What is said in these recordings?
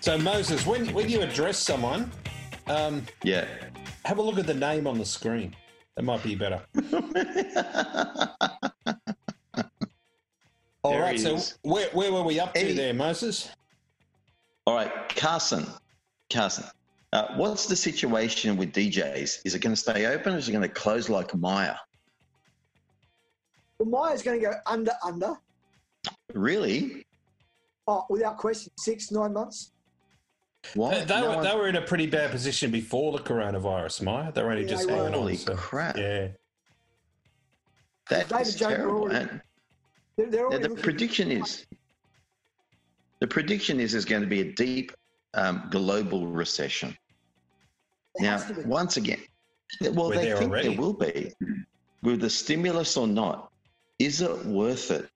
So Moses, when when you address someone, um, Yeah. have a look at the name on the screen. That might be better. All There right. it So is. where where were we up to Any- there, Moses? All right, Carson. Carson. Uh, what's the situation with DJs? Is it going to stay open or is it going to close like Maya? Well, Maya's going to go under, under. Really? Oh, without question, six, nine months. What? They, they No were, one- they were in a pretty bad position before the coronavirus, Maya. They were only Yeah, just they were. hanging on. Holy So, crap. yeah. That David is Jones terrible. already- And- They're, they're Now, already the looking- prediction is the prediction is there's going to be a deep um, global recession. It Now, has to be. once again, well, We're they there think already. there will be, with the stimulus or not. Is it worth it?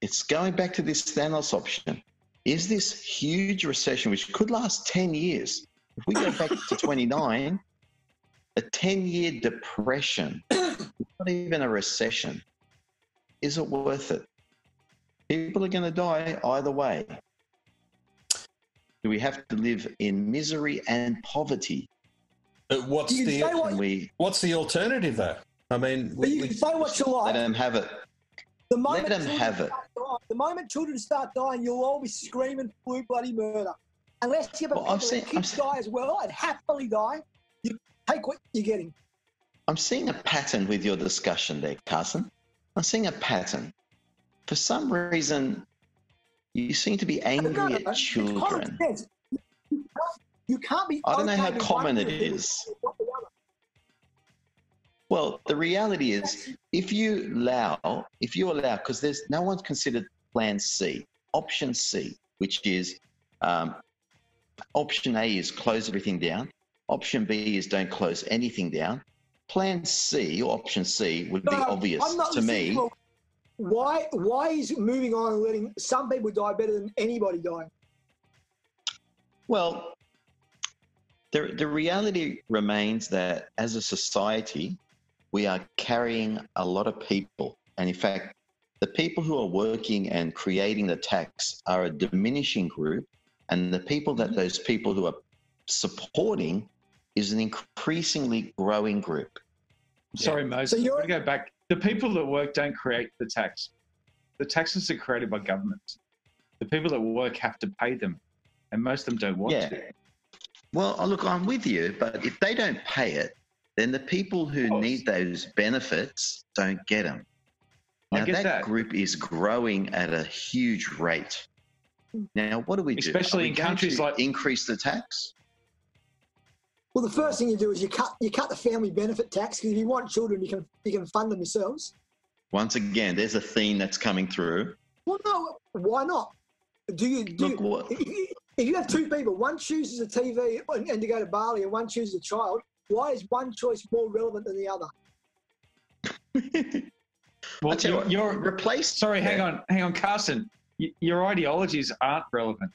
It's going back to this Thanos option. Is this huge recession, which could last 10 years? If we go back to 29, a 10 year depression, not even a recession, is it worth it? People are going to die either way. Do we have to live in misery and poverty? But what's You can say the what- Can we what's the alternative though? I mean, But we, you we, can say what you let like. them have it? the moment let 'em children have it. start dying- the moment children start dying, you'll all be screaming blue bloody murder. Unless you have a Well, I've people seen- that kids I've die as well and happily die, you take what you're getting. I'm seeing a pattern with your discussion there, Carson. I'm seeing a pattern. For some reason, you seem to be No, angry no, at Oh it's common children. sense. You can't- You can't be. I don't know okay how with common one it group is. and not the other. Well, the reality is, if you allow, if you allow, because there's no one's considered plan C, option C, which is um, option A is close everything down, option B is don't close anything down. Plan C or option C would be No, obvious I'm not to me. listening a- Why? Why is moving on and letting some people die better than anybody dying? Well, the, the reality remains that as a society, we are carrying a lot of people. And in fact, the people who are working and creating the tax are a diminishing group. And the people that those people who are supporting is an increasingly growing group. Sorry, Moses. So So you're- you're... go back. The people that work don't create the tax. The taxes are created by governments. The people that work have to pay them, and most of them don't want Yeah. to. Well, oh, look, I'm with you, but if they don't pay it, then the people Of who course. need those benefits don't get them. I Now get that, that. group is growing at a huge rate. Now, what do we do? Are Especially we in going countries to like- increase the tax. Well, the first thing you do is you cut you cut the family benefit tax because if you want children, you can you can fund them yourselves. Once again, there's a theme that's coming through. Well, no, why not? Do you do? Look, what, if, you, if you have two people, one chooses a TV and, and to go to Bali, and one chooses a child. Why is one choice more relevant than the other? I tell you Well, you're, what, you're replace. sorry. Hang Yeah. on, hang on, Carson. Y- your ideologies aren't relevant.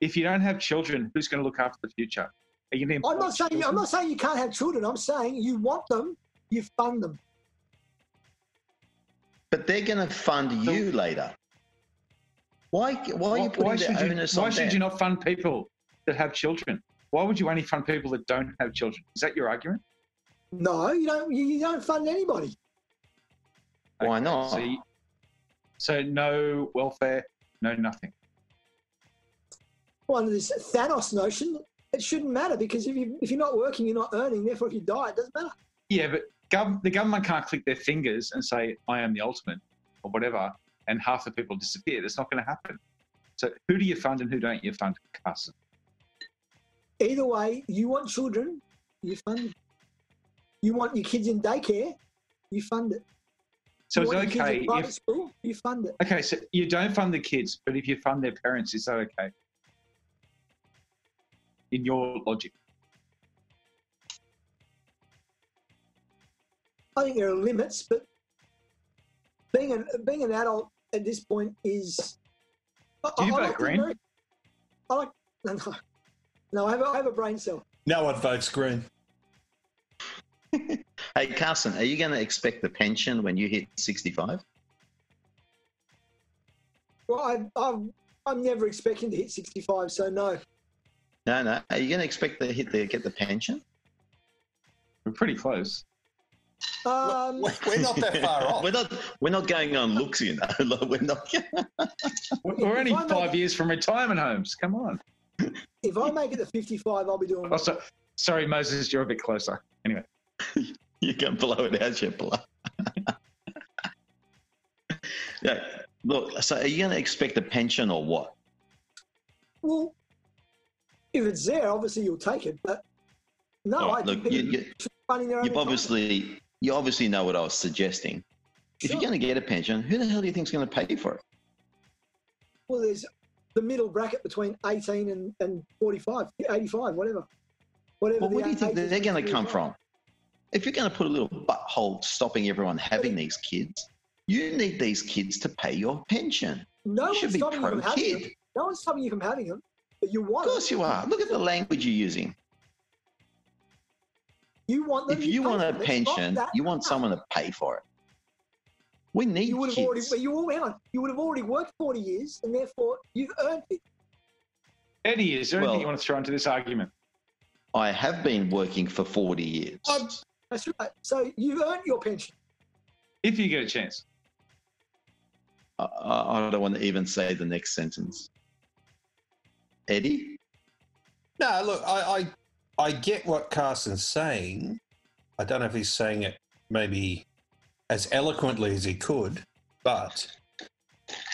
If you don't have children, who's going to look after the future? Are you going to I'm not saying I'm not saying you can't have children. I'm saying you want them, you fund them. But they're going to fund So- you later. Why? Why are you putting the onus why on should them? you not fund people that have children? Why would you only fund people that don't have children? Is that your argument? No, you don't. You, you don't fund anybody. Why not? So, you- so no welfare, no nothing. Well, under this Thanos notion, it shouldn't matter because if you if you're not working, you're not earning. Therefore, if you die, it doesn't matter. Yeah, but gov- the government can't click their fingers and say, I am the ultimate or whatever, and half the people disappear. That's not going to happen. So who do you fund and who don't you fund, Carson? Either way, you want children, you fund. Them. You want your kids in daycare, you fund it. So you it's want your kids okay in private if. school, you fund it. Okay, so you don't fund the kids, but if you fund their parents, is that okay? In your logic. I think there are limits, but being an being an adult at this point is. I- Do you I- I vote like the green? Ameri- I like no, no, no. I have a, I have a brain cell. no one votes green. Hey, Carson, are you going to expect the pension when you hit 65? Well, I, I'm I'm never expecting to hit 65, so no. No, no. Are you going to expect to hit the get the pension? We're pretty close. Um, We're- We're not that far off. we're not. We're not going on looks, you know. Like, we're not. We're we're only If I make- five years from retirement homes. Come on. if I make it to 55, I'll be doing well. Also, sorry, Moses, you're a bit closer. Anyway, You can blow it out your blood. yeah. Look. So, are you going to expect a pension or what? Well, if it's there, obviously you'll take it. But no, All I right, think look, you, people you, should fund in their own you've retirement. obviously you obviously know what I was suggesting. If Sure. you're going to get a pension, who the hell do you think's going to pay for it? Well, there's the middle bracket between 18 and, and 45, 85, whatever. Whatever. Well, the where do you think age is. they're going to come from? If you're going to put a little butthole stopping everyone having these kids, you need these kids to pay your pension. No You one's should be stopping you pro from having them. kid. No one's stopping you from having them. But you Of want course you are. Look at the language you're using. them. You want them. If you pay want a for them. It's not pension, that you want hard. someone to pay for it. We need You would have already. kids. but You all hang on. You would have already worked 40 years, and therefore you've earned it. Eddie, is there anything Well- you want to throw into this argument? I have been working for 40 years. I'm- That's right. So you've earned your pension. If you get a chance. I, I I don't want to even say the next sentence. Eddie? No, look, I, I I get what Carson's saying. I don't know if he's saying it maybe as eloquently as he could, but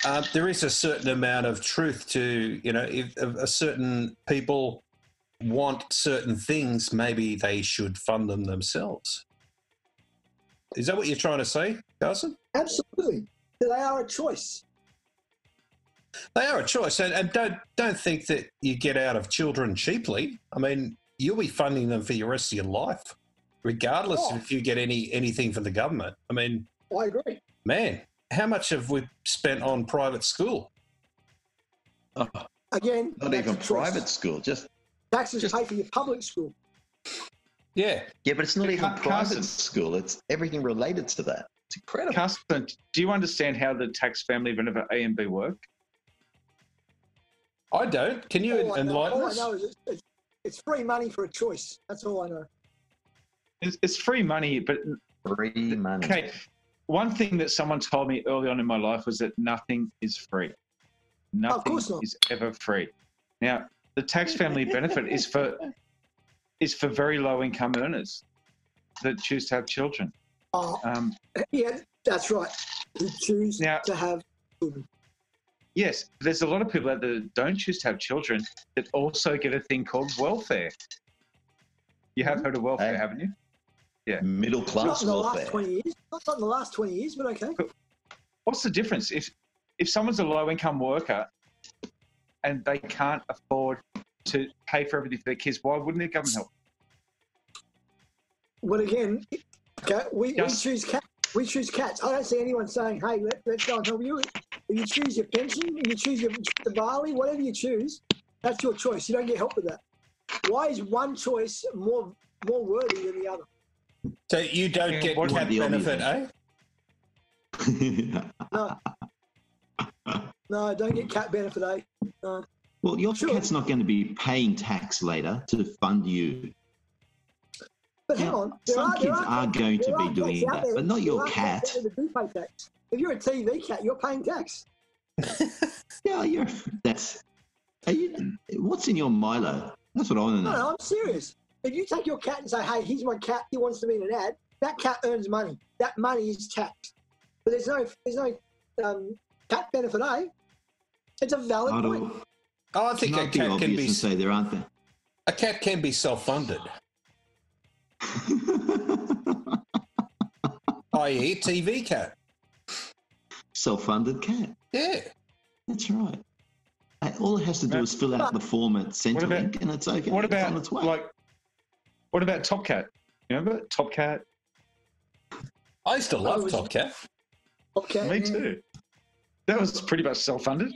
um, there is a certain amount of truth to you know if, if a certain people want certain things, maybe they should fund them themselves. Is that what you're trying to say, Carson? Absolutely. They are a choice. They are a choice, and, and don't don't think that you get out of children cheaply. I mean, you'll be funding them for the rest of your life, regardless Oh. if you get any anything from the government. I mean, I agree. man, how much have we spent on private school? Oh, Again, not that's even a choice. private school, just Taxes Just- pay for your public school. Yeah, Yeah, but it's not But even Car- private Carson- school. It's everything related to that. It's incredible. Carson, do you understand how the tax family benefit A and B work? I don't. Can you all Oh, I know, enlighten all I us? know is it's, it's, it's free money for a choice. That's all I know. It's, it's free money, but Free Hmm. money. okay. One thing that someone told me early on in my life was that nothing is free. Nothing course not. is ever free. Now, the tax family benefit is for is for very low income earners that choose to have children. Oh, Uh, Um, yeah, that's right. Who choose Now- to have children. Yes, but there's a lot of people out there that don't choose to have children that also get a thing called welfare. You have heard of welfare, Hey. haven't you? Middle Not class in the last welfare. 20 years. Not, not in the last 20 years, but okay. What's the difference if if someone's a low income worker and they can't afford to pay for everything for their kids? Why wouldn't the government help? But again, okay, we, we Yes. choose cats. We choose cats. I don't see anyone saying, hey, let, let's go and help you. If you choose your pension, if you choose your the barley, whatever you choose, that's your choice. You don't get help with that. Why is one choice more more worthy than the other? So you don't get What- cat the obvious benefit, eh? No. no, don't get cat benefit, eh? well, your Sure. cat's not going to be paying tax later to fund you. But hang Now, on. there Some are- there kids are are going to There be are doing cats out that, there- but not your there are cats cat. out there that do pay tax. If you're a TV cat, you're paying tax. Yeah, you're. That's. Are you, what's in your Milo? That's what I want to No, know. no, I'm serious. If you take your cat and say, "Hey, here's my cat. He wants to be in an ad," that cat earns money. That money is taxed. But there's no, there's no um, cat benefit, eh? It's a valid I point. don't. Oh, I It's think a not too cat can obvious be and say there aren't there. a cat can be self-funded, i.e., TV cat. Self-funded cat. Yeah, That's right. Uh, All it has to do is fill out the form at What about- Centrelink, and it's okay. What it's on its about way. like what about Top Cat? You remember Top Cat? I used to I love was- Top Cat. Okay. Me too. That was pretty much self funded.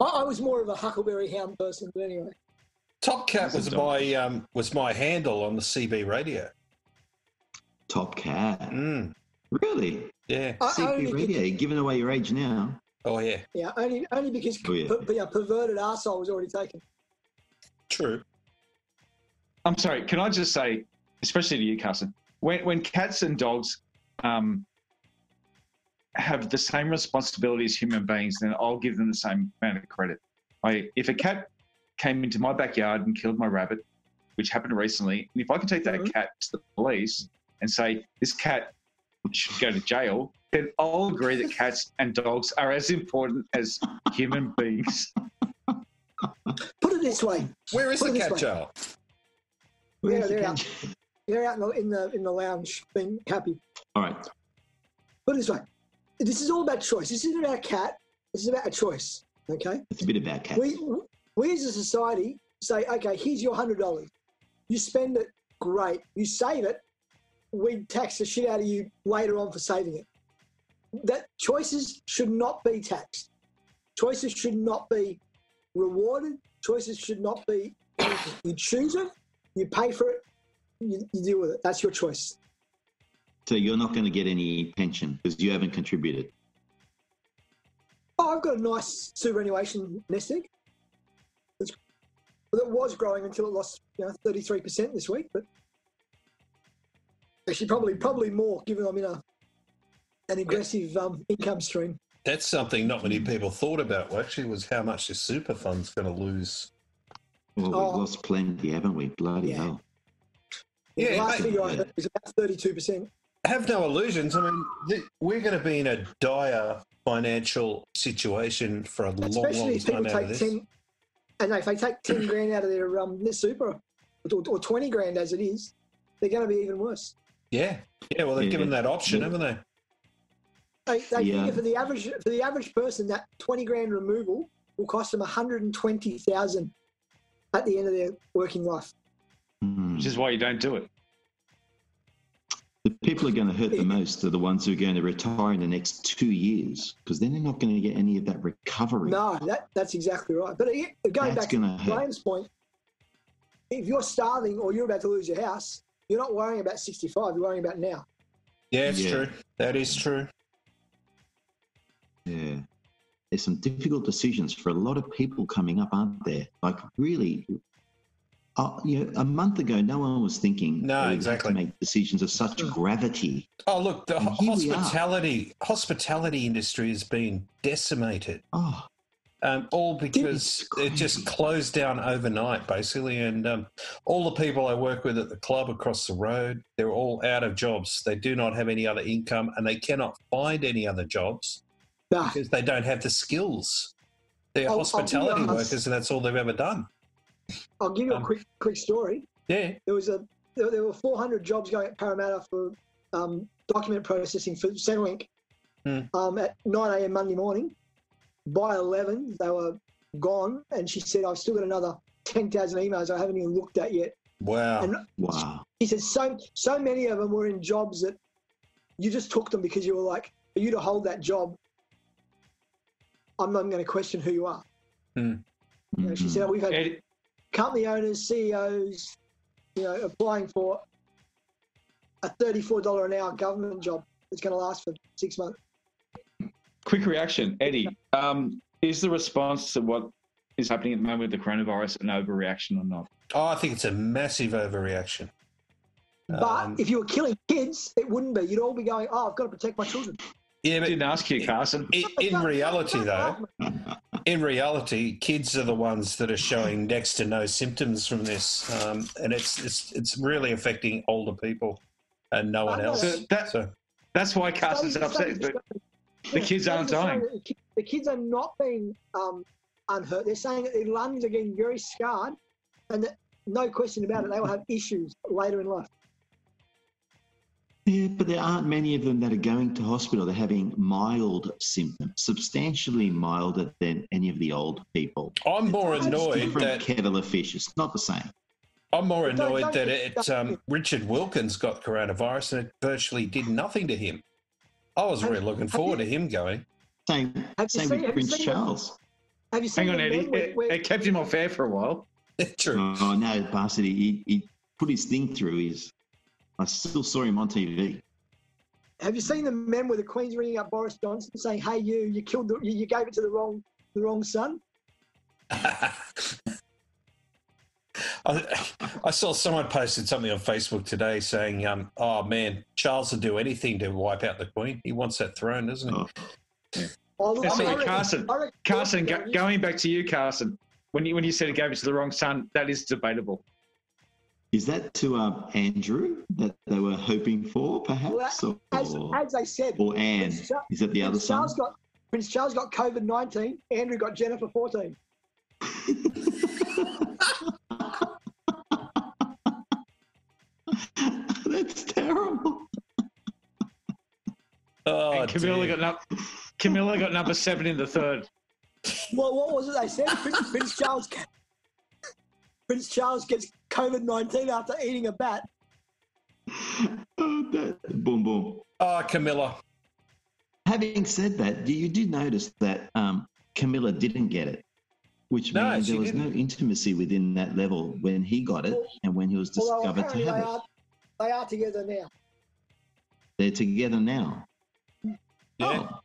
I, I was more of a huckleberry hound person, but anyway. Top Cat That's a was dog. my um, was my handle on the CB radio. Top cat. Mm, Really? yeah. I, I CP only radio. You're giving away your age now. Oh yeah. yeah, only only because Oh, yeah. per- yeah, perverted arsehole was already taken. True. I'm sorry. Can I just say, especially to you, Carson, when when cats and dogs um, have the same responsibility as human beings, then I'll give them the same amount of credit. I, if a cat came into my backyard and killed my rabbit, which happened recently, and if I can take that Mhm. cat to the police and say this cat should go to jail, then I'll agree that cats and dogs are as important as human beings. Put it this way: Where is Put it the this cat way. jail? Yeah, Where's the they're cat? out. They're out in the in the, in the lounge, being happy. All right. Put it this way: this is all about choice. This isn't about cat. This is about a choice. Okay. It's a bit about cats. We we as a society say, okay, here's your hundred dollars. You spend it, great. You save it, we tax the shit out of you later on for saving it. That choices should not be taxed. Choices should not be rewarded. Choices should not be you choose it, you pay for it, you, you deal with it. That's your choice. So you're not going to get any pension because you haven't contributed. Oh, I've got a nice superannuation nest egg. It's, that was growing until it lost you know, 33% this week, but actually probably probably more given I'm in a an aggressive um, income stream. That's something not many people thought about. Actually, was how much your super fund's going to lose. Well, we've Oh. lost plenty, haven't we? Bloody Yeah. hell. the Yeah, last mate. figure I heard was about 32%. have no illusions. I mean, th- we're going to be in a dire financial situation for a long, Especially long if people time out of take this. 10 and if they take 10 grand out of their um, their super or, or 20 grand as it is, they're going to be even worse. Yeah, yeah. Well, they've Yeah. given that option, Yeah. haven't they? They, they Yeah. figure for the average for the average person that twenty grand removal will cost them one hundred and twenty thousand at the end of their working life. Hmm. Which is why you don't do it. The people who are going to hurt the most are the ones who are going to retire in the next two years because then they're not going to get any of that recovery. No, that, that's exactly right. But it, going That's back to going to hurt. Graham's point, if you're starving or you're about to lose your house, you're not worrying about sixty five. You're worrying about now. Yeah, it's Yeah. true. That is true. Yeah. There's some difficult decisions for a lot of people coming up, aren't there? Like, really, uh, you know, a month ago, no one was thinking No, that we'd have exactly. to make decisions of such gravity. Oh, look, the And ho- here we are. hospitality hospitality industry has been decimated, Oh, um, all because Goodness it just gracious. closed down overnight, basically. And um, all the people I work with at the club across the road, they're all out of jobs. They do not have any other income, and they cannot find any other jobs. Nah. because they don't have the skills. They're I'll- I'll be hospitality honest. workers, and that's all they've ever done. I'll give you a Um, quick quick story. Yeah, There was a there, there were four hundred jobs going at Parramatta for um, document processing for Centrelink Hmm. um, at 9 a.m. Monday morning. By 11, they were gone, and she said, "I've still got another 10,000 emails I haven't even looked at yet." wow. And- wow. He said, "So so many of them were in jobs that you just took them because you were like, for you to hold that job, I'm not going to question who you are." You Mm-hmm. know, she said, "We've had It- company owners, CEOs, you know, applying for a thirty-four dollar an hour government job that's going to last for six months. Quick reaction, Eddie. Um, is the response to what is happening at the moment with the coronavirus an overreaction or not? oh, I think it's a massive overreaction. Um, but if you were killing kids, it wouldn't be. You'd all be going, "Oh, I've got to protect my children." yeah, I but didn't ask you, Carson. i- in reality, though, in reality, kids are the ones that are showing next to no symptoms from this, um, and it's it's it's really affecting older people and no one I know. else. So that, So that's why Carson's Studies- upset. studies But are showing- the kids studies are aren't dying. showing that The ki- the kids are not being um, unhurt. They're saying that their lungs are getting very scarred, and that no question about it, they will have issues later in life. Yeah, but there aren't many of them that are going to hospital. They're having mild symptoms, substantially milder than any of the old people. I'm more It's annoyed Different that kettle of fish. It's not the same. I'm more Don't- annoyed don't that get it stuck um, in- Richard Wilkins got coronavirus and it virtually did nothing to him. I was Have- really looking have forward to him going. Same, Have same you with seen- have you Prince seen what- Charles. Have you seen hang on, the Eddie. men where- It, where- it kept him off air for a while. True. Oh no, bastard! He, he put his thing through. His, I still saw him on TV. Have you seen the men with the Queen's ringing up Boris Johnson saying, "Hey, you, you killed, the, you, you gave it to the wrong, the wrong son." I, I saw someone posted something on Facebook today saying, um, "Oh man, Charles will do anything to wipe out the Queen. He wants that throne, doesn't he?" Oh. Oh, look, That's I like reckon- Carson. I reckon- Carson, go, going back to you, Carson, when you when you said he gave it to the wrong son, that is debatable. Is that to um, Andrew that they were hoping for, perhaps? Well, As, or, as they said, or Anne? Prince Char- Is that the other Prince son? Charles got Prince Charles got COVID nineteen. Andrew got Jennifer fourteen. That's terrible. Oh, and Camilla dear. got number Camilla got number seven in the third. Well, what was it they said? Prince, Prince Charles. ca- Prince Charles gets COVID nineteen after eating a bat. Oh, that, boom, boom. oh, Camilla. Having said that, you, you did notice that um, Camilla didn't get it, which No, means she there was no intimacy within that level when he got it and when he was Although discovered apparently to they have it. are, they are together now. They're together now. Yeah. Oh,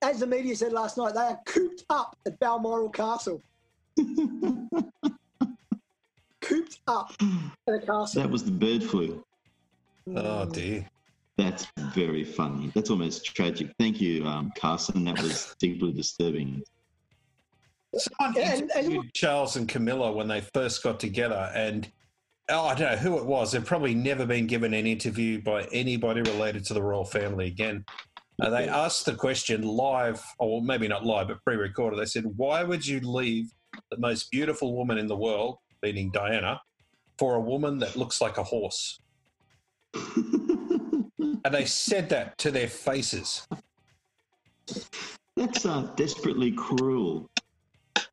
As the media said last night, they are cooped up at Balmoral Castle. cooped up at a castle. that was the bird flu. Oh dear. That's very funny. That's almost tragic. Thank you, um, Carson. That was deeply disturbing. Someone And- and- interviewed Charles and Camilla when they first got together, and oh, I don't know who it was. They've probably never been given an interview by anybody related to the royal family again. Uh, they asked the question live, or maybe not live, but pre recorded. They said, Why would you leave the most beautiful woman in the world, meaning Diana, for a woman that looks like a horse? And they said that to their faces. That's uh, desperately cruel.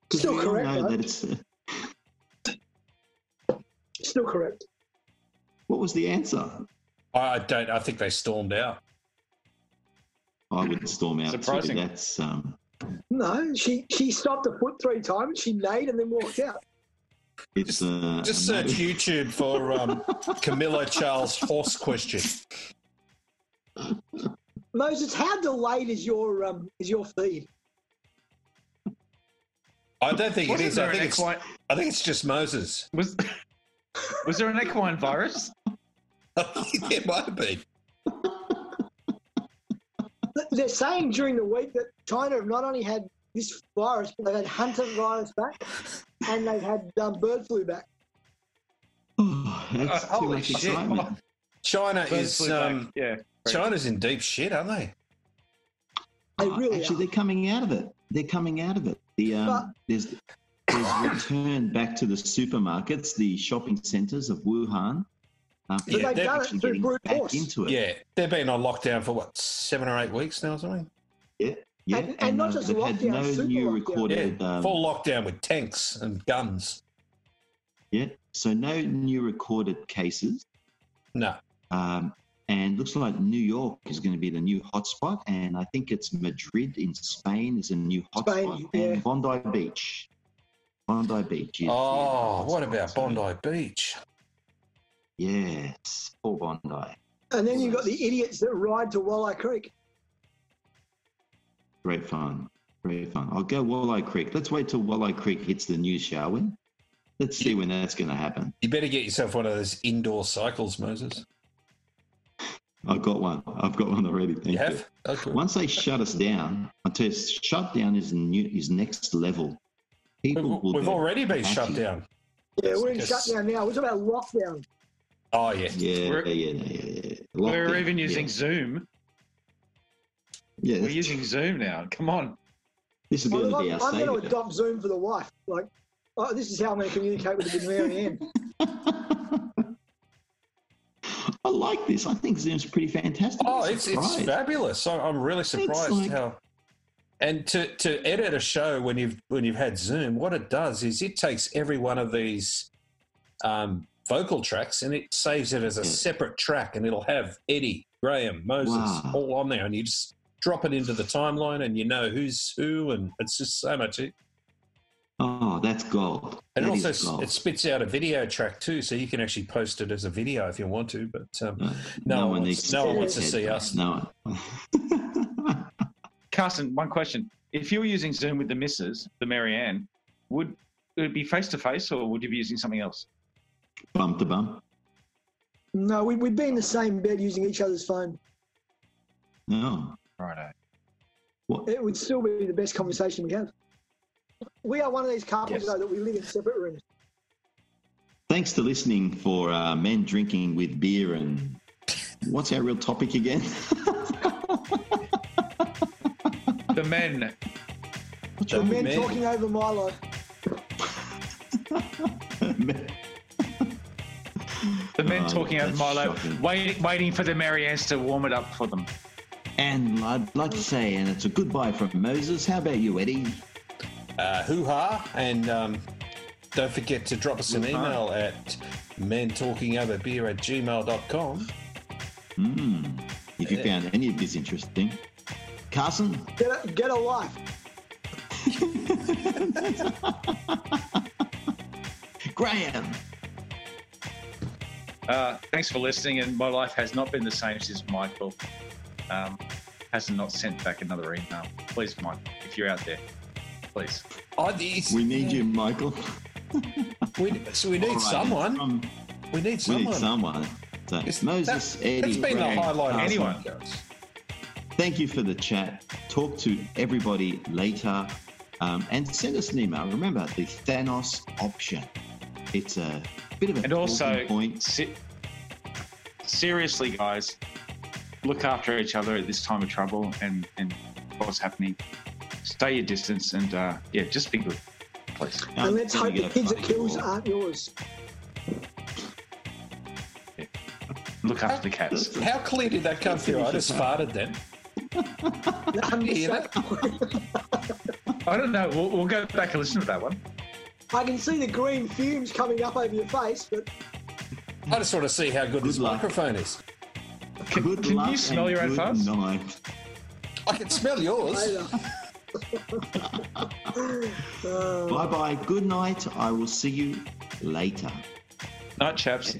'Cause Still we all correct, know right? that it's, uh, Still correct. what was the answer? I don't, I think they stormed out. I would storm out. too. Surprising. That's um, No, she, she stopped a foot three times, she neighed and then walked out. It's uh, Just a search no. YouTube for um, Camilla Charles horse question. Moses, how delayed is your um is your feed? I don't think it Wasn't is. there I an think it's, equine, I think it's just Moses. was, was there an equine virus? I think it might have been. Th- They're saying during the week that China have not only had this virus, but they've had hunter virus back and they've had um, bird flu back. Oh, that's Uh, too holy much shit. excitement. China Bird is flu back, um, yeah. China's in deep shit, aren't they? They Oh, really Actually, are. they're coming out of it. They're coming out of it. The um, But- there's there's return back to the supermarkets, the shopping centres of Wuhan. Um, But people they've are done it actually through getting brute back force. into it. Yeah, they've been on lockdown for what seven or eight weeks now, or something. yeah. And- and not just they've had lockdown, no super new lockdown. Yeah, recorded. um, full lockdown with tanks and guns. yeah, so no new recorded cases. No, Um, and looks like New York is going to be the new hotspot, and I think it's Madrid in Spain is a new hotspot, Spain, yeah. and Bondi Beach. Bondi Beach. Is oh, what about So, Bondi Beach? Yes, poor Bondi. And then you've got the idiots that ride to Walleye Creek. Great fun. Great fun. I'll go Walleye Creek. Let's wait till Walleye Creek hits the news, shall we? Let's see when that's going to happen. You better get yourself one of those indoor cycles, Moses. I've got one. I've got one already. Thank You you. have? Okay. Once they shut us down, I tell you, shutdown is new, is next level. People will We've, we've go already been shut batty. down. Yeah, we're in Yes. shutdown now. We're talking about lockdown. Oh yeah, Yeah, We're- yeah, yeah, yeah, yeah. We're Lockdown, even using yeah. Zoom. Yeah, We're using Zoom now. Come on. this is I'm, going to be our I'm going to savior. adopt Zoom for the wife. Like, oh, this is how I'm going to communicate with the big Mary Ann. I like this. I think Zoom's pretty fantastic. Oh, I'm it's it's surprised. fabulous. I- I'm really surprised like- how. And to, to edit a show when you've when you've had Zoom, what it does is it takes every one of these um, vocal tracks and it saves it as a Yeah. separate track, and it'll have Eddie, Graham, Moses, Wow. all on there, and you just drop it into the timeline, and you know who's who, and it's just so much. And Oh, that's gold. it That also is gold. it spits out a video track too, so you can actually post it as a video if you want to. But um, no, no one wants- needs no see one wants to that. see us. No one. Carson, one question. If you were using Zoom with the missus, the Marianne, would would it be face to face, or would you be using something else? Bump to bump. No, we, we'd be in the same bed using each other's phone. No. Righto. What? It would still be the best conversation we have. We are one of these couples, Yes. though, that we live in separate rooms. Thanks to listening for uh, men drinking with beer and what's our real topic again? The men. The Men men. talking over my life. The men Oh, talking over that's my lap, shocking. waiting, waiting for the Mary Anns to warm it up for them. and I'd like to say, and it's a goodbye from Moses. How about you, Eddie? uh, hoo ha, and um, don't forget to drop us an Hoo-ha. email at mentalkingoverbeer at gmail.com. Hmm. If you found any of this interesting, Carson, Get a, get a life. Graham, Uh, thanks for listening, and my life has not been the same since Michael um, has not sent back another email. Please, Mike, if you're out there, please. Oh, these- we need you, Michael. We, so we need Alright, someone. from- we need we someone. need someone. So It's- Moses, that, Eddie, That's been the Graham, highlight. of Carson. Anyone. the podcast. Thank you for the chat. Talk to everybody later um, and send us an email. Remember the Thanos option. It's a bit of a And also, talking point. se- seriously, guys, look after each other at this time of trouble and, and what's happening. Stay your distance and, uh, yeah, just be good, please. I'm and let's Um, gonna hope the get a kids it phone kills call. aren't yours. Look after the cats. How clear did that come through? I just farted then. I'm just Yeah, that- saying. I don't know. We'll, we'll go back and listen to that one. I can see the green fumes coming up over your face, but I just want to see how good, this luck. microphone is. Can, Good can luck you smell and your own good farts? night. I can smell yours. later. Uh, Bye bye. Good night. I will see you later. Night, chaps.